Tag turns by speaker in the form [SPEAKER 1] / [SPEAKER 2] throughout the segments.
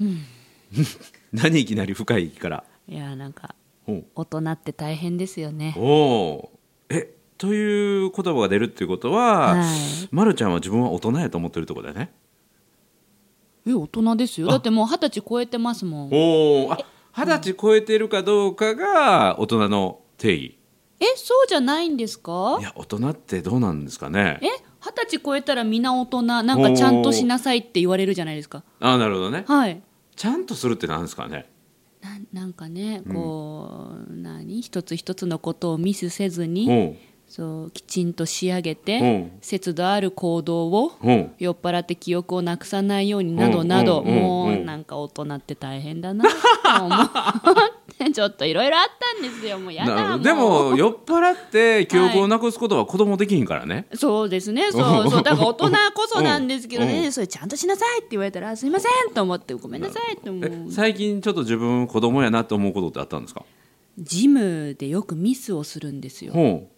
[SPEAKER 1] うん
[SPEAKER 2] 何いきなり深いから
[SPEAKER 1] いやなんか
[SPEAKER 2] おう
[SPEAKER 1] 大人って大変ですよね
[SPEAKER 2] おうえという言葉が出るっていうことは、
[SPEAKER 1] はい
[SPEAKER 2] ま、るちゃんは自分は大人やと思ってるってことだよね
[SPEAKER 1] え大人ですよだってもう二十歳超えてますもん
[SPEAKER 2] おおあ二十歳超えてるかどうかが大人の定義
[SPEAKER 1] えそうじゃないんですか
[SPEAKER 2] いや大人ってどうなんですかね
[SPEAKER 1] え二十歳超えたら皆大人なんかちゃんとしなさいって言われるじゃないですか
[SPEAKER 2] あなるほどね
[SPEAKER 1] はい
[SPEAKER 2] ちゃんとするってなんですかね
[SPEAKER 1] なんなんかねこう、何一つ一つのことをミスせずに、
[SPEAKER 2] おう
[SPEAKER 1] そうきちんと仕上げて、
[SPEAKER 2] うん
[SPEAKER 1] 節度ある行動を
[SPEAKER 2] おう
[SPEAKER 1] 酔っ払って記憶をなくさないようになどなど、
[SPEAKER 2] うんうんうん
[SPEAKER 1] も
[SPEAKER 2] う
[SPEAKER 1] うんなんか大人って大変だなと思ってちょっといろいろあったんですよもうや
[SPEAKER 2] なるほど
[SPEAKER 1] だ
[SPEAKER 2] で
[SPEAKER 1] もう
[SPEAKER 2] も酔っ払って記憶をなくすことは子供できひんからね、
[SPEAKER 1] そうです ねそうそうだから大人こそなんですけどね、それちゃんとしなさいって言われたらあすいませんと思ってごめんなさいと思う
[SPEAKER 2] え最近ちょっと自分子供やなと思うことってあったんですか
[SPEAKER 1] ジムでよくミスをするんですよ
[SPEAKER 2] ほ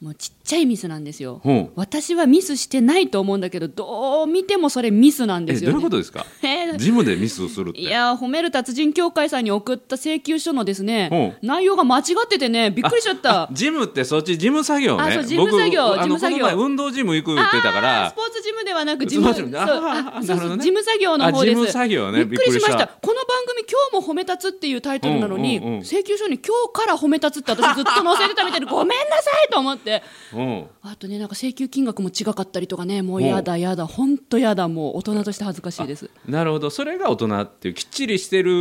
[SPEAKER 1] もうちっちゃいミスなんですよ
[SPEAKER 2] うほう
[SPEAKER 1] 私はミスしてないと思うんだけどどう見てもそれミスなん
[SPEAKER 2] え
[SPEAKER 1] です
[SPEAKER 2] どう
[SPEAKER 1] よ、
[SPEAKER 2] い
[SPEAKER 1] ね、
[SPEAKER 2] うことですか
[SPEAKER 1] えー
[SPEAKER 2] ジムでミスをするって
[SPEAKER 1] いやー褒める達人協会さんに送った請求書のですね
[SPEAKER 2] う
[SPEAKER 1] 内容が間違っててねびっくりしちゃった
[SPEAKER 2] あジムってそっち事務作業ね
[SPEAKER 1] あそう事務作業
[SPEAKER 2] 僕
[SPEAKER 1] 事務作業
[SPEAKER 2] あのこの前運動ジム行くって言ってたか
[SPEAKER 1] あース
[SPEAKER 2] ら
[SPEAKER 1] ポーツジムではなくジム
[SPEAKER 2] スポーツジム
[SPEAKER 1] そう
[SPEAKER 2] あー
[SPEAKER 1] あそう
[SPEAKER 2] なるほ
[SPEAKER 1] そ
[SPEAKER 2] ど
[SPEAKER 1] う
[SPEAKER 2] ね
[SPEAKER 1] 事務作業の方
[SPEAKER 2] あ
[SPEAKER 1] で
[SPEAKER 2] 事
[SPEAKER 1] す
[SPEAKER 2] 務作業ね
[SPEAKER 1] びっくりしまし
[SPEAKER 2] びったくり
[SPEAKER 1] この番組今日も褒め立つっていうタイトルなのに、
[SPEAKER 2] うんうんうん
[SPEAKER 1] 請求書に今日から褒め立つって私ずっと載せてたみた いでごめんなさいと思って
[SPEAKER 2] うん
[SPEAKER 1] あとねなんか請求金額も違かったりとかねもうやだやだ本当やだもう大人として恥ずかしいです
[SPEAKER 2] なるほどそれが大人っていうきっちりしてる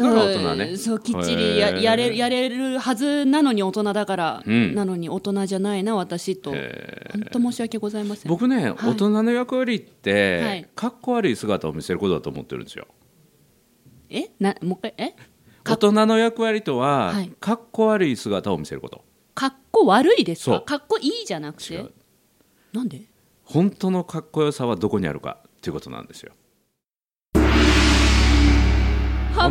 [SPEAKER 2] のが大人ね
[SPEAKER 1] そうそうきっちりや
[SPEAKER 2] へー
[SPEAKER 1] やれやれるはずなのに大人だから、
[SPEAKER 2] ん
[SPEAKER 1] なのに大人じゃないな私と
[SPEAKER 2] へ
[SPEAKER 1] 本当申し訳ございません
[SPEAKER 2] 僕ね、
[SPEAKER 1] は
[SPEAKER 2] 大
[SPEAKER 1] い
[SPEAKER 2] 人の役割って、
[SPEAKER 1] はい
[SPEAKER 2] かっこ悪い姿を見せることだと思ってるんですよ
[SPEAKER 1] えなもう一回え
[SPEAKER 2] 大人の役割とは、
[SPEAKER 1] はい
[SPEAKER 2] かっこ悪い姿を見せること
[SPEAKER 1] かっこ悪いです
[SPEAKER 2] そ
[SPEAKER 1] か
[SPEAKER 2] う
[SPEAKER 1] かっこいいじゃなく
[SPEAKER 2] 違
[SPEAKER 1] て
[SPEAKER 2] う
[SPEAKER 1] なんで
[SPEAKER 2] 本当のかっこよさはどこにあるかっていうことなんですよはい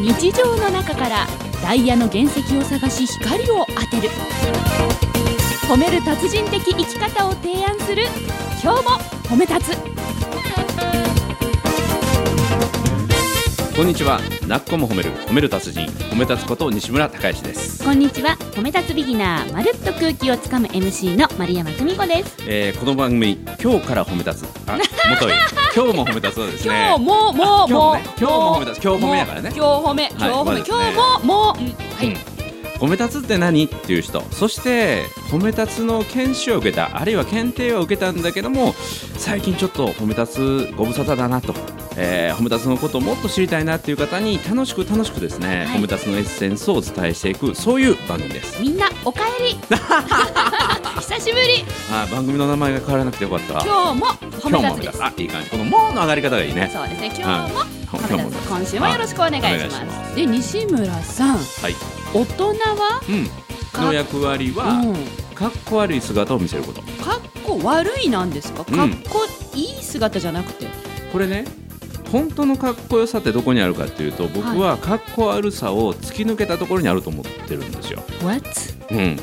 [SPEAKER 1] 日常の中からダイヤの原石を探し光を当てる褒める達人的生き方を提案する今日も褒め立つ
[SPEAKER 2] こんにちはなっこも褒める褒める達人褒め立つこと西村孝之です、
[SPEAKER 1] こんにちは褒め立つビギナーまるっと空気をつかむ MC の丸山久美子です
[SPEAKER 2] えー、この番組今日から褒め立つあも とい今日も褒め立つはですね
[SPEAKER 1] 今日ももうもう
[SPEAKER 2] 今日もね今日も褒め立つ今日褒めやからね
[SPEAKER 1] もう今日褒め今日
[SPEAKER 2] はい
[SPEAKER 1] 褒め、
[SPEAKER 2] まだですね
[SPEAKER 1] 今日ももううんは
[SPEAKER 2] うん
[SPEAKER 1] い
[SPEAKER 2] 褒め立つって何っていう人そして褒め立つの研修を受けたあるいは検定を受けたんだけども最近ちょっと褒め立つご無沙汰だなと、えー褒め立つのことをもっと知りたいなっていう方に楽しく楽しくですね、
[SPEAKER 1] はい
[SPEAKER 2] 褒め立つのエッセンスをお伝えしていくそういう番組です
[SPEAKER 1] みんなおかえ り久しぶり
[SPEAKER 2] あー番組の名前が変わらなくてよかった
[SPEAKER 1] 今日も褒
[SPEAKER 2] 今
[SPEAKER 1] め
[SPEAKER 2] 日も
[SPEAKER 1] 立つです
[SPEAKER 2] あいい感じこの「も」の上がり方がいいね
[SPEAKER 1] そうですね今日
[SPEAKER 2] 今
[SPEAKER 1] も褒め立つ今週もよろしくお願い
[SPEAKER 2] はい
[SPEAKER 1] し
[SPEAKER 2] お願いし
[SPEAKER 1] ま
[SPEAKER 2] ます
[SPEAKER 1] で西村さん
[SPEAKER 2] はい、
[SPEAKER 1] 大人は
[SPEAKER 2] うん、の役割は、
[SPEAKER 1] うん
[SPEAKER 2] かっこ悪い姿を見せること
[SPEAKER 1] かっこ悪いなんですか
[SPEAKER 2] うん
[SPEAKER 1] かっこいい姿じゃなくて
[SPEAKER 2] これね本当のかっこよさってどこにあるかっていうと僕はかっこ悪さを突き抜けたところにあると思ってるんですよ。
[SPEAKER 1] What?
[SPEAKER 2] うん、で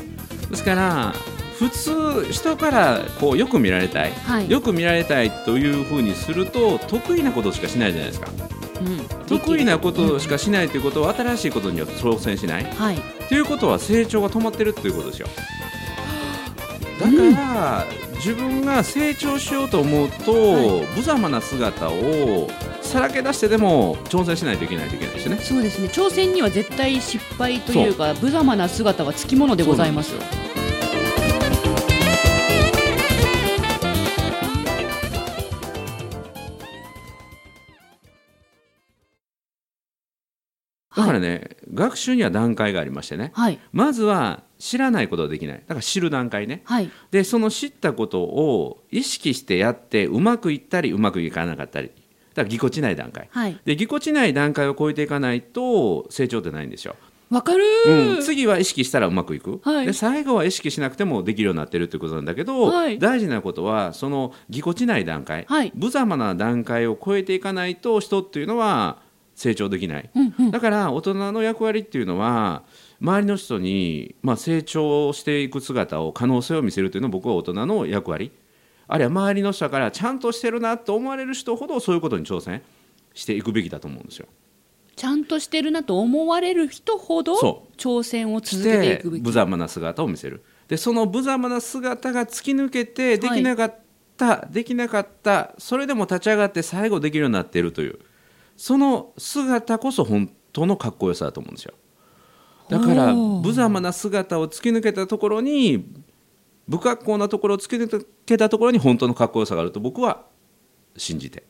[SPEAKER 2] すから普通人からこうよく見られたい、
[SPEAKER 1] はい
[SPEAKER 2] よく見られたいというふうにすると得意なことしかしないじゃないですか
[SPEAKER 1] うん
[SPEAKER 2] 得意なことしかしないということは新しいことには挑戦しない
[SPEAKER 1] はい
[SPEAKER 2] ということは成長が止まってるということですよだ
[SPEAKER 1] うん
[SPEAKER 2] から、自分が成長しようと思うと、無様な姿をさらけ出してでも挑戦しないといけないといけないしね
[SPEAKER 1] そうですね挑戦には絶対失敗というか無様な姿はつきものでございます
[SPEAKER 2] そうなんだからね、学習には段階がありましてね
[SPEAKER 1] はい
[SPEAKER 2] まずは知らないことはできないだから知る段階ね
[SPEAKER 1] はい
[SPEAKER 2] でその知ったことを意識してやってうまくいったりうまくいかなかったりだからぎこちない段階
[SPEAKER 1] はい
[SPEAKER 2] でぎこちない段階を超えていかないと成長ってないんですよ、
[SPEAKER 1] わかる
[SPEAKER 2] うん、
[SPEAKER 1] ー
[SPEAKER 2] 次は意識したらうまくいく、
[SPEAKER 1] はい
[SPEAKER 2] で最後は意識しなくてもできるようになってるってことなんだけど、
[SPEAKER 1] はい
[SPEAKER 2] 大事なことはそのぎこちない段階、
[SPEAKER 1] はい
[SPEAKER 2] 無様な段階を超えていかないと人っていうのは成長できない
[SPEAKER 1] うんうん
[SPEAKER 2] だから大人の役割っていうのは周りの人に、まあ、成長していく姿を可能性を見せるというのは僕は大人の役割あるいは周りの人からちゃんとしてるなと思われる人ほどそういうことに挑戦していくべきだと思うんですよ。
[SPEAKER 1] ちゃんとしてるなと思われる人ほど
[SPEAKER 2] そ
[SPEAKER 1] 挑戦を続
[SPEAKER 2] し
[SPEAKER 1] けてい
[SPEAKER 2] て
[SPEAKER 1] くべき
[SPEAKER 2] 無様な姿を見せるでその無様な姿が突き抜けてできなかった、できなかったそれでも立ち上がって最後できるようになっているというその姿こそ本当のかっこよさだと思うんですよだから
[SPEAKER 1] ほう
[SPEAKER 2] 無様な姿を突き抜けたところに不格好なところを突き抜けたところに本当のかっこよさがあると僕は信じて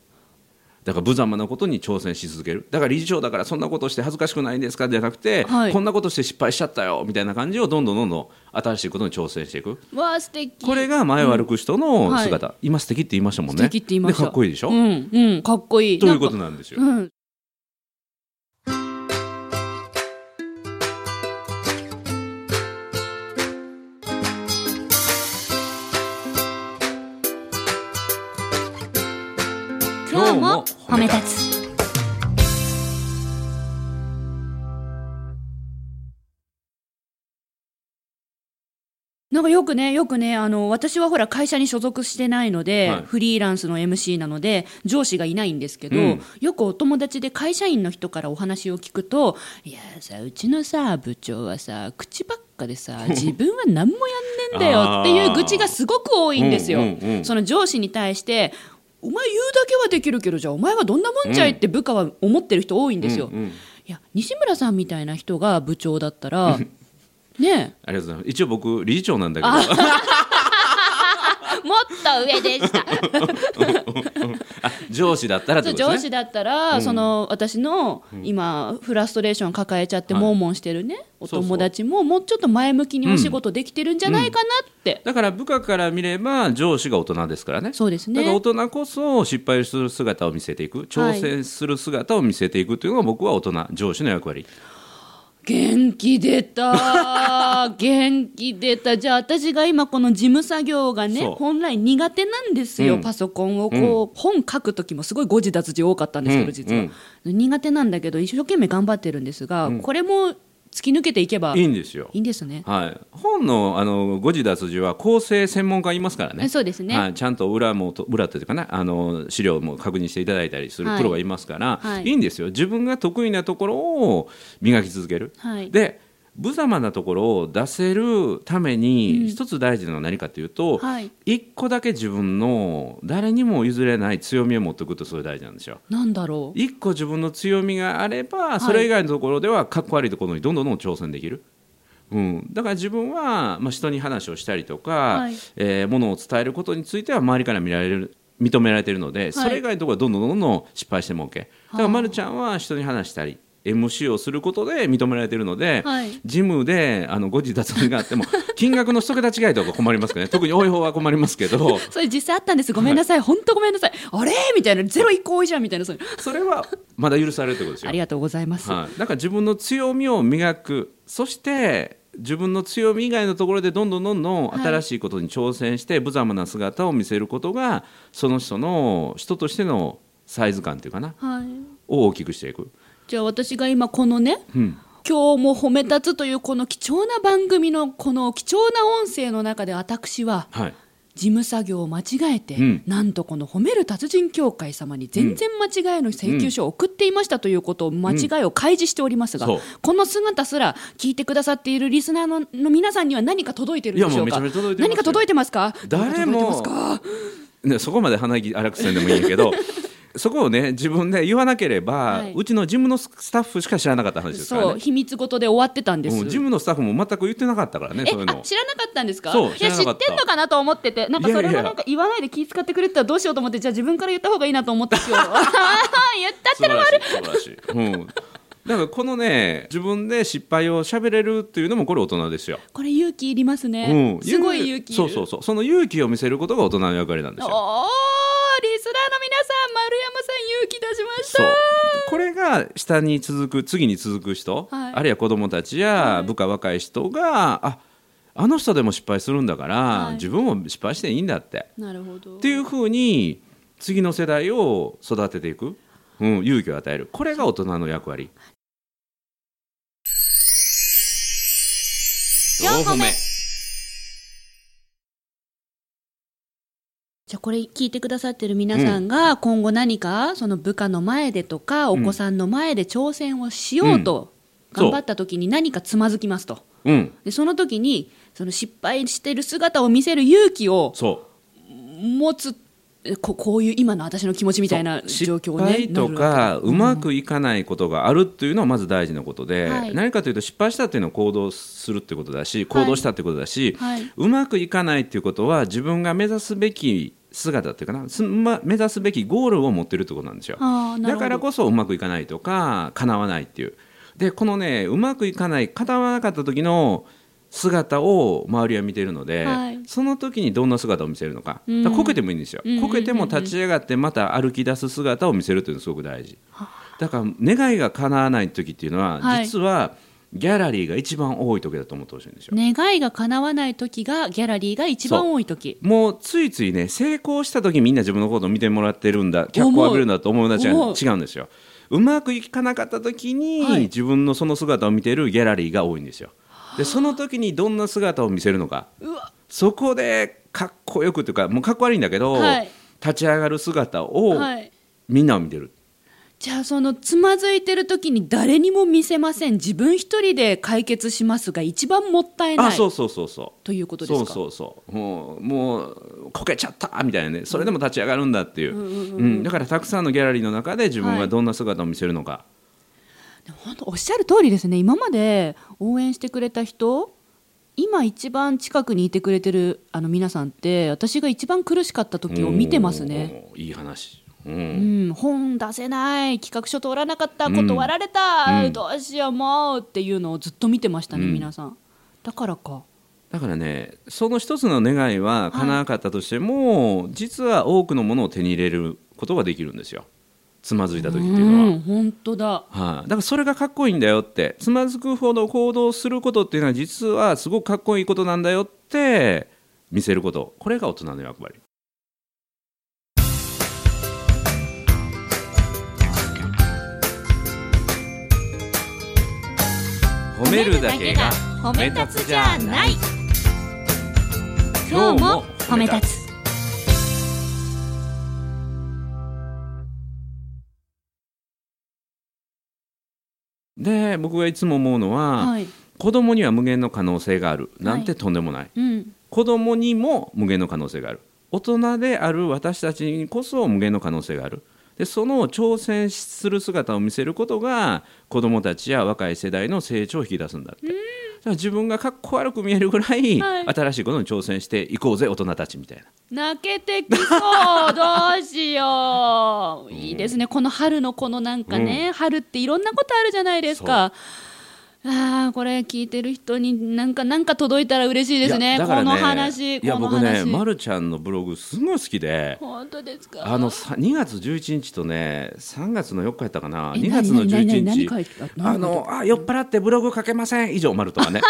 [SPEAKER 2] だから無様なことに挑戦し続けるだから理事長だからそんなことして恥ずかしくないんですかじゃなくて、
[SPEAKER 1] はい
[SPEAKER 2] こんなことして失敗しちゃったよみたいな感じをどんどんどんどん新しいことに挑戦していく
[SPEAKER 1] わあ素敵
[SPEAKER 2] これが前を歩く人の
[SPEAKER 1] はい
[SPEAKER 2] 姿、今素敵って言いましたもん
[SPEAKER 1] 素
[SPEAKER 2] ね
[SPEAKER 1] 敵って言いました
[SPEAKER 2] でかっこいいでしょ、
[SPEAKER 1] うんうんかっこいい
[SPEAKER 2] ということ
[SPEAKER 1] んか
[SPEAKER 2] なんですよ、
[SPEAKER 1] うん今日も褒め立つなんかよくね、よくね、あの、私はほら会社に所属してないので、
[SPEAKER 2] はい
[SPEAKER 1] フリーランスの MC なので、上司がいないんですけど、
[SPEAKER 2] うん
[SPEAKER 1] よくお友達で会社員の人からお話を聞くと、いやさ、うちのさ、部長はさ、口ばっか でさ、自分は何もやんねんだよっていう愚痴がすごく多いんですよ。
[SPEAKER 2] うんうんうん
[SPEAKER 1] その上司に対して、お前言うだけはできるけど、じゃあお前はどんなもんじゃいって部下は思ってる人多いんですよ。
[SPEAKER 2] うんうん
[SPEAKER 1] いや、西村さんみたいな人が部長だった ら、ねえ、
[SPEAKER 2] ありがとうございます一応僕理事長なんだけど
[SPEAKER 1] もっと上でした。
[SPEAKER 2] あ 上司だったらって
[SPEAKER 1] そう
[SPEAKER 2] ことですね
[SPEAKER 1] 上司だったら、その私の今フラストレーション抱えちゃって
[SPEAKER 2] はい
[SPEAKER 1] 悶々してるね、お
[SPEAKER 2] そうそう
[SPEAKER 1] 友達ももうちょっと前向きにお仕事できてるんじゃないかなって、
[SPEAKER 2] だから部下から見れば上司が大人ですからね。
[SPEAKER 1] そうですね
[SPEAKER 2] だから大人こそ失敗する姿を見せていく、挑戦する姿を見せていくというのが僕は大人、上司の役割。
[SPEAKER 1] 元気出た 元気出たじゃあ私が今この事務作業がね
[SPEAKER 2] そう
[SPEAKER 1] 本来苦手なんですよ、
[SPEAKER 2] うん
[SPEAKER 1] パソコンをこう、本書く時もすごい誤字脱字多かったんですけど、
[SPEAKER 2] うん
[SPEAKER 1] 実は、苦手なんだけど一生懸命頑張ってるんですが、これも突き抜けていけば
[SPEAKER 2] い
[SPEAKER 1] い
[SPEAKER 2] いんですよ。
[SPEAKER 1] いんですね
[SPEAKER 2] はい、本のあの誤字脱字は構成専門家いますからね。
[SPEAKER 1] そうですね
[SPEAKER 2] はい、ちゃんと裏もと裏というかなあの資料も確認していただいたりする
[SPEAKER 1] はい
[SPEAKER 2] プロがいますから、
[SPEAKER 1] はい
[SPEAKER 2] い、いんですよ。自分が得意なところを磨き続ける。
[SPEAKER 1] はい
[SPEAKER 2] で無様なところを出せるために一つ大事なのは何かというと、
[SPEAKER 1] はい
[SPEAKER 2] 一個だけ自分の誰にも譲れない強みを持っておくとそれ大事なんですよ。
[SPEAKER 1] なんだろう
[SPEAKER 2] 一個自分の強みがあれ
[SPEAKER 1] い
[SPEAKER 2] ばそれ以外のところではかっこ悪いところにどんどんどんどん挑戦できる。うん、だから自分は、まあ、人に話をしたりとか、
[SPEAKER 1] はい
[SPEAKER 2] えーものを伝えることについては周りから見られる認められているので、それ以外のところはどんどんどんどん失敗しても OK だからまるちゃんは人に話したり MC をすることで認められているので、
[SPEAKER 1] はい
[SPEAKER 2] ジムであの誤字脱字があって も金額の一桁違いとか困りますけどね特に多い方は困りますけ ど
[SPEAKER 1] それ実際あったんですごめんなさい、本当ごめんなさいあれみたいなゼロ一個多いじゃんみたいなそういう
[SPEAKER 2] それはまだ許されるってことですよ
[SPEAKER 1] あり。がとうございます、
[SPEAKER 2] はい、だから自分の強みを磨くそして自分の強み以外のところでどんどんどんどん
[SPEAKER 1] はい
[SPEAKER 2] 新しいことに挑戦して無様な姿を見せることがその人の人としてのサイズ感というかな
[SPEAKER 1] はい、
[SPEAKER 2] を大きくしていく、
[SPEAKER 1] じゃあ私が今このね
[SPEAKER 2] うん、
[SPEAKER 1] 今日も褒め立つというこの貴重な番組のこの貴重な音声の中で私は
[SPEAKER 2] はい
[SPEAKER 1] 事務作業を間違えて、
[SPEAKER 2] うん
[SPEAKER 1] なんとこの褒める達人協会様に全然間違いの請求書を送っていましたということを間違いを開示しておりますが、
[SPEAKER 2] そう
[SPEAKER 1] この姿すら聞いてくださっているリスナーのの皆さんには何か届いてるんでしょう
[SPEAKER 2] い
[SPEAKER 1] か
[SPEAKER 2] やもうめちゃめちゃ届いてますよ
[SPEAKER 1] 何か届いてますか
[SPEAKER 2] 誰
[SPEAKER 1] 届いてま
[SPEAKER 2] も
[SPEAKER 1] すか
[SPEAKER 2] ねそこまで鼻息荒くせんでもいいんやけ どそこをね自分で言わなければ、
[SPEAKER 1] はいう
[SPEAKER 2] ちのジムのスタッフしか知らなかった話ですから
[SPEAKER 1] そう
[SPEAKER 2] ね
[SPEAKER 1] 秘密事で終わってたんです、
[SPEAKER 2] うんジムのスタッフも全く言ってなかったからね
[SPEAKER 1] え
[SPEAKER 2] そういう
[SPEAKER 1] あ
[SPEAKER 2] の
[SPEAKER 1] 知らなかったんですか
[SPEAKER 2] そう
[SPEAKER 1] い
[SPEAKER 2] 知
[SPEAKER 1] や
[SPEAKER 2] ら
[SPEAKER 1] 知
[SPEAKER 2] なか
[SPEAKER 1] っ
[SPEAKER 2] った
[SPEAKER 1] てんのかなと思っててなんか
[SPEAKER 2] いや
[SPEAKER 1] そ
[SPEAKER 2] い
[SPEAKER 1] れ
[SPEAKER 2] や
[SPEAKER 1] もなんか言わないで気使ってくれてたらどうしようと思ってじゃあ自分から言った方がいいなと思って今日言ったって
[SPEAKER 2] 素晴らしい素晴らしい、うん、だからこのね自分で失敗を喋れるっていうのもこれ大人ですよ、
[SPEAKER 1] これ勇気いります
[SPEAKER 2] う
[SPEAKER 1] ね、
[SPEAKER 2] ん、
[SPEAKER 1] すごい勇気いる
[SPEAKER 2] そうそうそうその勇気を見せることが大人の役割なんです
[SPEAKER 1] おー
[SPEAKER 2] よ
[SPEAKER 1] リスナーの皆さん丸山さん勇気出しました
[SPEAKER 2] そうこれが下に続く次に続く人、
[SPEAKER 1] はい
[SPEAKER 2] あるいは子供たちや部下若い人が、ああの人でも失敗するんだから、
[SPEAKER 1] はい
[SPEAKER 2] 自分も失敗していいんだって
[SPEAKER 1] なるほど
[SPEAKER 2] っていうふうに次の世代を育てていく、うん、勇気を与えるこれが大人の役割
[SPEAKER 1] 4歩目じゃあこれ聞いてくださってる皆さんが今後何かその部下の前でとかお
[SPEAKER 2] ん
[SPEAKER 1] 子さんの前で挑戦をしようと
[SPEAKER 2] うん
[SPEAKER 1] 頑張った時に何かつまずきますと
[SPEAKER 2] うん
[SPEAKER 1] でその時にその失敗してる姿を見せる勇気を
[SPEAKER 2] そう
[SPEAKER 1] 持つえここういう今の私の気持ちみたいな状況を
[SPEAKER 2] 失
[SPEAKER 1] ね
[SPEAKER 2] 敗と
[SPEAKER 1] なる
[SPEAKER 2] かうまくいかないことがあるっていうのはまず大事なことで、
[SPEAKER 1] はい
[SPEAKER 2] 何かというと失敗したっていうのを行動するってことだし行動したってことだし、
[SPEAKER 1] はいう
[SPEAKER 2] まくいかないっていうことは自分が目指すべき姿っていうかなす、ま、目指すべきゴールを持ってるってことなんですよ。
[SPEAKER 1] あーなる
[SPEAKER 2] だ
[SPEAKER 1] ほど
[SPEAKER 2] からこそうまくいかないとか叶わないっていうでこのねうまくいかない叶わなかった時の姿を周りは見てるので、
[SPEAKER 1] はい
[SPEAKER 2] その時にどんな姿を見せるのか
[SPEAKER 1] うん
[SPEAKER 2] だからこけてもいいんですよ、
[SPEAKER 1] うんうんうんうん
[SPEAKER 2] こけても立ち上がってまた歩き出す姿を見せるというのがすごく大事だから願いが叶わない時っていうのは、
[SPEAKER 1] はい
[SPEAKER 2] 実はギャラリーが一番多い時だと思ってほしいんですよ、
[SPEAKER 1] 願いが叶わない時がギャラリーが一番多い時
[SPEAKER 2] もうついついね成功した時みんな自分のことを見てもらってるんだ脚光を浴びるんだと思うなちゃ
[SPEAKER 1] 思う
[SPEAKER 2] 違うんですようまくいかなかった時に、
[SPEAKER 1] はい
[SPEAKER 2] 自分のその姿を見てるギャラリーが多いんですよでその時にどんな姿を見せるのか
[SPEAKER 1] うわ
[SPEAKER 2] そこでかっこよくというかもうかっこ悪いんだけど、
[SPEAKER 1] はい
[SPEAKER 2] 立ち上がる姿を
[SPEAKER 1] はい
[SPEAKER 2] みんなを見てる、
[SPEAKER 1] じゃあそのつまずいてる時に誰にも見せません自分一人で解決しますが一番もったい
[SPEAKER 2] あ
[SPEAKER 1] ない
[SPEAKER 2] そうそうそうそう
[SPEAKER 1] ということで
[SPEAKER 2] そ
[SPEAKER 1] す
[SPEAKER 2] う
[SPEAKER 1] か
[SPEAKER 2] そうそうもうもうこけちゃったみたいなねそれでも立ち上がるんだっていう,、うんだからたくさんのギャラリーの中で自分はどんな姿を見せるのか、
[SPEAKER 1] でも本当おっしゃる通りですね今まで応援してくれた人今一番近くにいてくれてるあの皆さんって私が一番苦しかった時を見てますね。
[SPEAKER 2] おー。いい話。う。
[SPEAKER 1] うんん、本出せない企画書通らなかった断られた、
[SPEAKER 2] うん
[SPEAKER 1] どうしようもうっていうのをずっと見てましたね、皆さんだからか
[SPEAKER 2] だからね、その一つの願いは叶わなかったとしても、実は多くのものを手に入れることができるんですよ。つまずいた時っていうのは。
[SPEAKER 1] うん本当だ
[SPEAKER 2] はい、だからそれがかっこいいんだよってつまずくほど行動することっていうのは実はすごくかっこいいことなんだよって見せることこれが大人の役割褒めるだけが
[SPEAKER 1] 褒
[SPEAKER 2] め立つじゃない今日も褒め立
[SPEAKER 1] つ
[SPEAKER 2] で僕がいつも思うのは、
[SPEAKER 1] はい、
[SPEAKER 2] 子供には無限の可能性があるなんてとんでもない、
[SPEAKER 1] うん、
[SPEAKER 2] 子供にも無限の可能性がある大人である私たちにこそ無限の可能性があるでその挑戦する姿を見せることが子供たちや若い世代の成長を引き出すんだってだから自分がかっこ悪く見えるぐらい、
[SPEAKER 1] はい
[SPEAKER 2] 新しいことに挑戦していこうぜ大人たちみたいな
[SPEAKER 1] 泣けてきそうどう しよういいですねこの春のこのなんかね、春っていろんなことあるじゃないですかあーこれ聞いてる人になんかなんか届いたら嬉しいですね
[SPEAKER 2] いやだから
[SPEAKER 1] この話
[SPEAKER 2] いや
[SPEAKER 1] この
[SPEAKER 2] 僕ね、
[SPEAKER 1] 話、
[SPEAKER 2] ま、るちゃんのブログすごい好きで
[SPEAKER 1] 本当ですか
[SPEAKER 2] あのさ2月11日とね3月の4日やったかな
[SPEAKER 1] え
[SPEAKER 2] 2月の11
[SPEAKER 1] 何何何
[SPEAKER 2] 日
[SPEAKER 1] 何書いてあった
[SPEAKER 2] あのあ酔っ払ってブログ書けません以上丸とか ね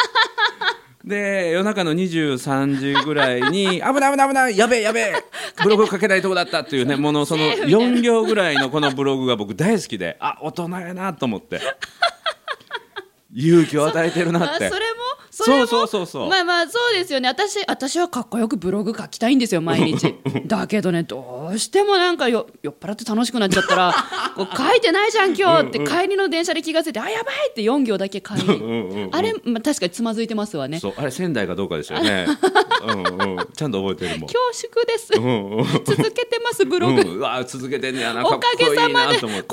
[SPEAKER 2] で夜中の23時ぐらい に危ない危ない危ないやべえやべえブログ書けないとこだった っていうねものその4行ぐらいのこのブログが僕大好き であ大人やなと思って勇気を与えてるな
[SPEAKER 1] あ
[SPEAKER 2] っ
[SPEAKER 1] それ
[SPEAKER 2] て
[SPEAKER 1] もそれも
[SPEAKER 2] そうそうそうそう
[SPEAKER 1] まあまあそうですよね私私はかっこよくブログ書きたいんですよ毎日 だけどねどうしてもなんかよ酔っ払って楽しくなっちゃった らこう書いてないじゃん今日って帰りの電車で気がついてあやばいって4行だけ書い
[SPEAKER 2] んうんう
[SPEAKER 1] てあれ、まあ、確かにつまずいてますわね
[SPEAKER 2] そうあれ仙台かどうかですよ ねうん、うん、ちゃんと覚えてるもん
[SPEAKER 1] 恐縮です
[SPEAKER 2] うんうん
[SPEAKER 1] 続けてますブログ、
[SPEAKER 2] うん、うわ続けてんねやな
[SPEAKER 1] おかげさま
[SPEAKER 2] かっこいいな
[SPEAKER 1] でことの
[SPEAKER 2] 思っ
[SPEAKER 1] 番
[SPEAKER 2] て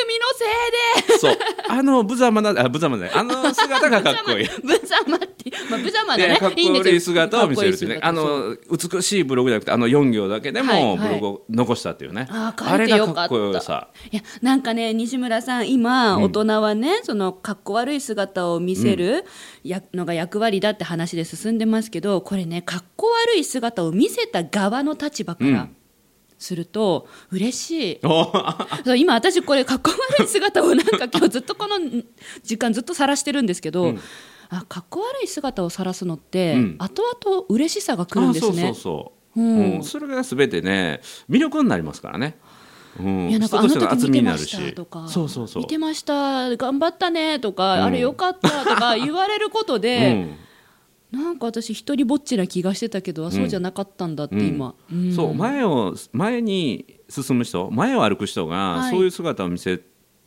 [SPEAKER 1] 組のせいで
[SPEAKER 2] そうあの無様なあ無様じゃないあの姿がかっこいい
[SPEAKER 1] 無様って、まあ、無様だ
[SPEAKER 2] で
[SPEAKER 1] ね
[SPEAKER 2] かっこ
[SPEAKER 1] いいんですよ
[SPEAKER 2] 悪い姿を見せるっていうね
[SPEAKER 1] か
[SPEAKER 2] あ
[SPEAKER 1] っこいい姿
[SPEAKER 2] の美しいブログじゃなくてあの4行だけで
[SPEAKER 1] はいは
[SPEAKER 2] も
[SPEAKER 1] い
[SPEAKER 2] ブログを残したっていうね、
[SPEAKER 1] あー
[SPEAKER 2] あ
[SPEAKER 1] 書い
[SPEAKER 2] れ
[SPEAKER 1] てよ
[SPEAKER 2] が
[SPEAKER 1] かった
[SPEAKER 2] かっこよさ
[SPEAKER 1] いやなんかね西村さん今、
[SPEAKER 2] うん
[SPEAKER 1] 大人はねそのかっこ悪い姿を見せるや、のが役割だって話で進んでますけどこれねかっこ悪い姿を見せた側の立場か
[SPEAKER 2] う
[SPEAKER 1] ら
[SPEAKER 2] ん、
[SPEAKER 1] すると嬉しい
[SPEAKER 2] おー
[SPEAKER 1] そう今私これかっこ悪い姿をなんか今日ずっとこの時間ずっと晒してるんですけど、あかっこ悪い姿を晒すのって、
[SPEAKER 2] うん
[SPEAKER 1] 後々嬉しさが来るん
[SPEAKER 2] あ
[SPEAKER 1] です
[SPEAKER 2] そう
[SPEAKER 1] ね。
[SPEAKER 2] そうそう、
[SPEAKER 1] うん
[SPEAKER 2] うんそれが全てね魅力になりますからね、うん、
[SPEAKER 1] いやなんかあ
[SPEAKER 2] 人
[SPEAKER 1] の
[SPEAKER 2] として厚
[SPEAKER 1] 時見
[SPEAKER 2] み
[SPEAKER 1] て
[SPEAKER 2] にな
[SPEAKER 1] ま
[SPEAKER 2] る
[SPEAKER 1] したとか
[SPEAKER 2] そうそうそう
[SPEAKER 1] 見てました頑張ったねとか、
[SPEAKER 2] うん
[SPEAKER 1] あれよかったとか言われることで、
[SPEAKER 2] うん
[SPEAKER 1] なんか私一人ぼっちな気がしてたけど、あそうじゃなかったんだって今、ん
[SPEAKER 2] そう前を前に進む人前を歩く人が、
[SPEAKER 1] はい
[SPEAKER 2] そういう姿を見せ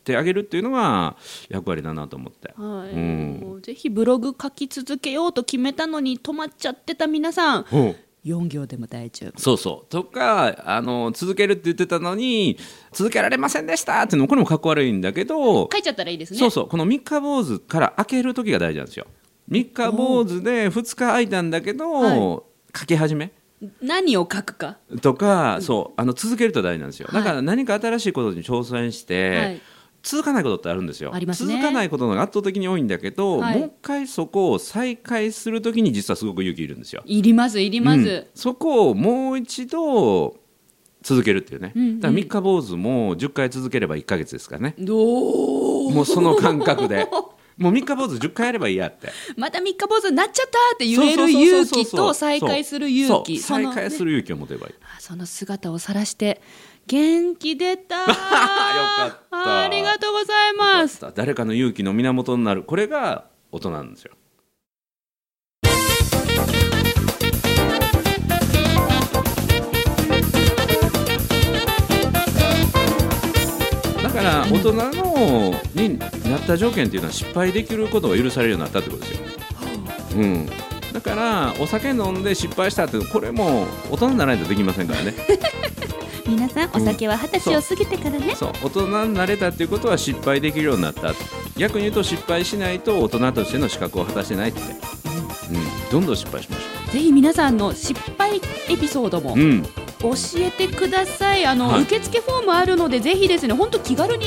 [SPEAKER 2] てあげるっていうのが役割だなと思って、
[SPEAKER 1] はい、
[SPEAKER 2] うん
[SPEAKER 1] もうぜひブログ書き続けようと決めたのに止まっちゃってた皆さん
[SPEAKER 2] うん
[SPEAKER 1] 4行でも大丈夫
[SPEAKER 2] そうそうとかあの続けるって言ってたのに続けられませんでしたっていうのもこれもかっこ悪いんだけど、
[SPEAKER 1] 書いちゃったらいいですね
[SPEAKER 2] そうそうこの三日坊主から開ける時が大事なんですよ三日坊主で2日空いたんだけど、
[SPEAKER 1] は
[SPEAKER 2] 書き始め
[SPEAKER 1] 何を書くか
[SPEAKER 2] とか、そうあの続けると大事なんですよ、だから何か新しいことに挑戦して、
[SPEAKER 1] はい
[SPEAKER 2] 続かないことってあるんですよ
[SPEAKER 1] ありますね
[SPEAKER 2] 続かないことの方が圧倒的に多いんだけど、
[SPEAKER 1] はい
[SPEAKER 2] もう一回そこを再開するときに実はすごく勇気いるんですよ。
[SPEAKER 1] いりますいりま
[SPEAKER 2] うん
[SPEAKER 1] す、
[SPEAKER 2] そこをもう一度続けるっていうね、
[SPEAKER 1] うんうん
[SPEAKER 2] だから三日坊主も10回続ければ1か月ですからね
[SPEAKER 1] どう
[SPEAKER 2] もうその感覚でもう三日坊主10回やればいいやって
[SPEAKER 1] また三日坊主になっちゃったって言える
[SPEAKER 2] そう
[SPEAKER 1] 勇
[SPEAKER 2] そうそうそう
[SPEAKER 1] 気
[SPEAKER 2] そう
[SPEAKER 1] と再会する勇気
[SPEAKER 2] そう再開
[SPEAKER 1] そ
[SPEAKER 2] す
[SPEAKER 1] の,、ね、
[SPEAKER 2] る勇気を持てばいい、
[SPEAKER 1] あその姿を晒して元気 出たよ
[SPEAKER 2] かった
[SPEAKER 1] ありがとうございます
[SPEAKER 2] さあ誰かの勇気の源になるこれが大人なんですよだから大人のになった条件っていうのは失敗できることが許されるようになったってことですよ、うん、だからお酒飲んで失敗したってこれも大人にならないとできませんからね
[SPEAKER 1] 皆さんお酒は二十歳を過ぎてからね、
[SPEAKER 2] そう大人になれたっていうことは失敗できるようになった逆に言うと失敗しないと大人としての資格を果たしてないって、うん、どんどん失敗しまし
[SPEAKER 1] ぜひ皆さんの失敗エピソードも
[SPEAKER 2] ょう、うん
[SPEAKER 1] 教えてくださいあの、
[SPEAKER 2] はい
[SPEAKER 1] 受付フォームあるのでぜひですね本当気軽に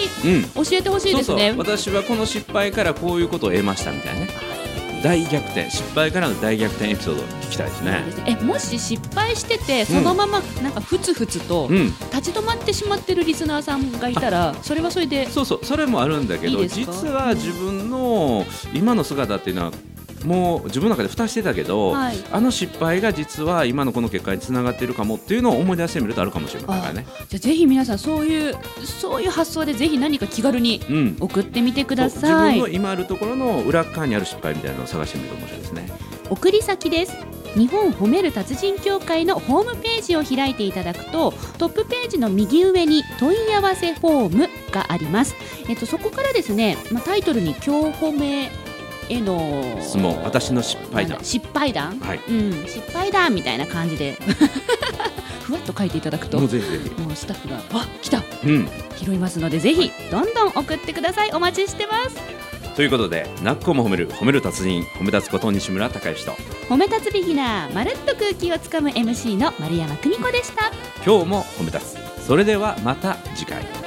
[SPEAKER 2] うん
[SPEAKER 1] 教えてほしい
[SPEAKER 2] そう
[SPEAKER 1] です
[SPEAKER 2] そう
[SPEAKER 1] ね
[SPEAKER 2] 私はこの失敗からこういうことを得ましたみたいなね大逆転失敗からの大逆転エピソードを聞きたいですね
[SPEAKER 1] えもし失敗しててそのままなんかふつふつと
[SPEAKER 2] うん
[SPEAKER 1] 立ち止まってしまってるリスナーさんがいたらそれはそれで
[SPEAKER 2] そうそうそれもあるんだけど
[SPEAKER 1] いいですか
[SPEAKER 2] 実は自分の今の姿っていうのはもう自分の中で蓋してたけど、
[SPEAKER 1] はい
[SPEAKER 2] あの失敗が実は今のこの結果につながってるかもっていうのを思い出してみるとあるかもしれませんからね。
[SPEAKER 1] じゃあぜひ皆さんそういうそういう発想でぜひ何か気軽に
[SPEAKER 2] うん、
[SPEAKER 1] 送ってみてくだ
[SPEAKER 2] そう
[SPEAKER 1] さ
[SPEAKER 2] 自分
[SPEAKER 1] い
[SPEAKER 2] の今あるところの裏側にある失敗みたいなのを探してみると面白いですね
[SPEAKER 1] 送り先です日本褒める達人協会のホームページを開いていただくとトップページの右上に問い合わせフォームがあります、えっと、そこからですね、まあ、タイトルに「今日褒めへの
[SPEAKER 2] 質問私の失敗
[SPEAKER 1] なん
[SPEAKER 2] 談
[SPEAKER 1] だ失敗談」
[SPEAKER 2] はい
[SPEAKER 1] うん、失敗談みたいな感じで ふわっと書いていただくと
[SPEAKER 2] も
[SPEAKER 1] も
[SPEAKER 2] うぜひぜひ
[SPEAKER 1] うスタッフが「あ来た!
[SPEAKER 2] うん」
[SPEAKER 1] 拾いますのでぜひどんどん送ってくださいお待ちしてます
[SPEAKER 2] ということでなっこも褒める褒める達人褒め立つこと西村孝之と
[SPEAKER 1] 褒め立つビギナーまるっと空気をつかむ MC の丸山久美子でした
[SPEAKER 2] 今日も褒め立つそれではまた次回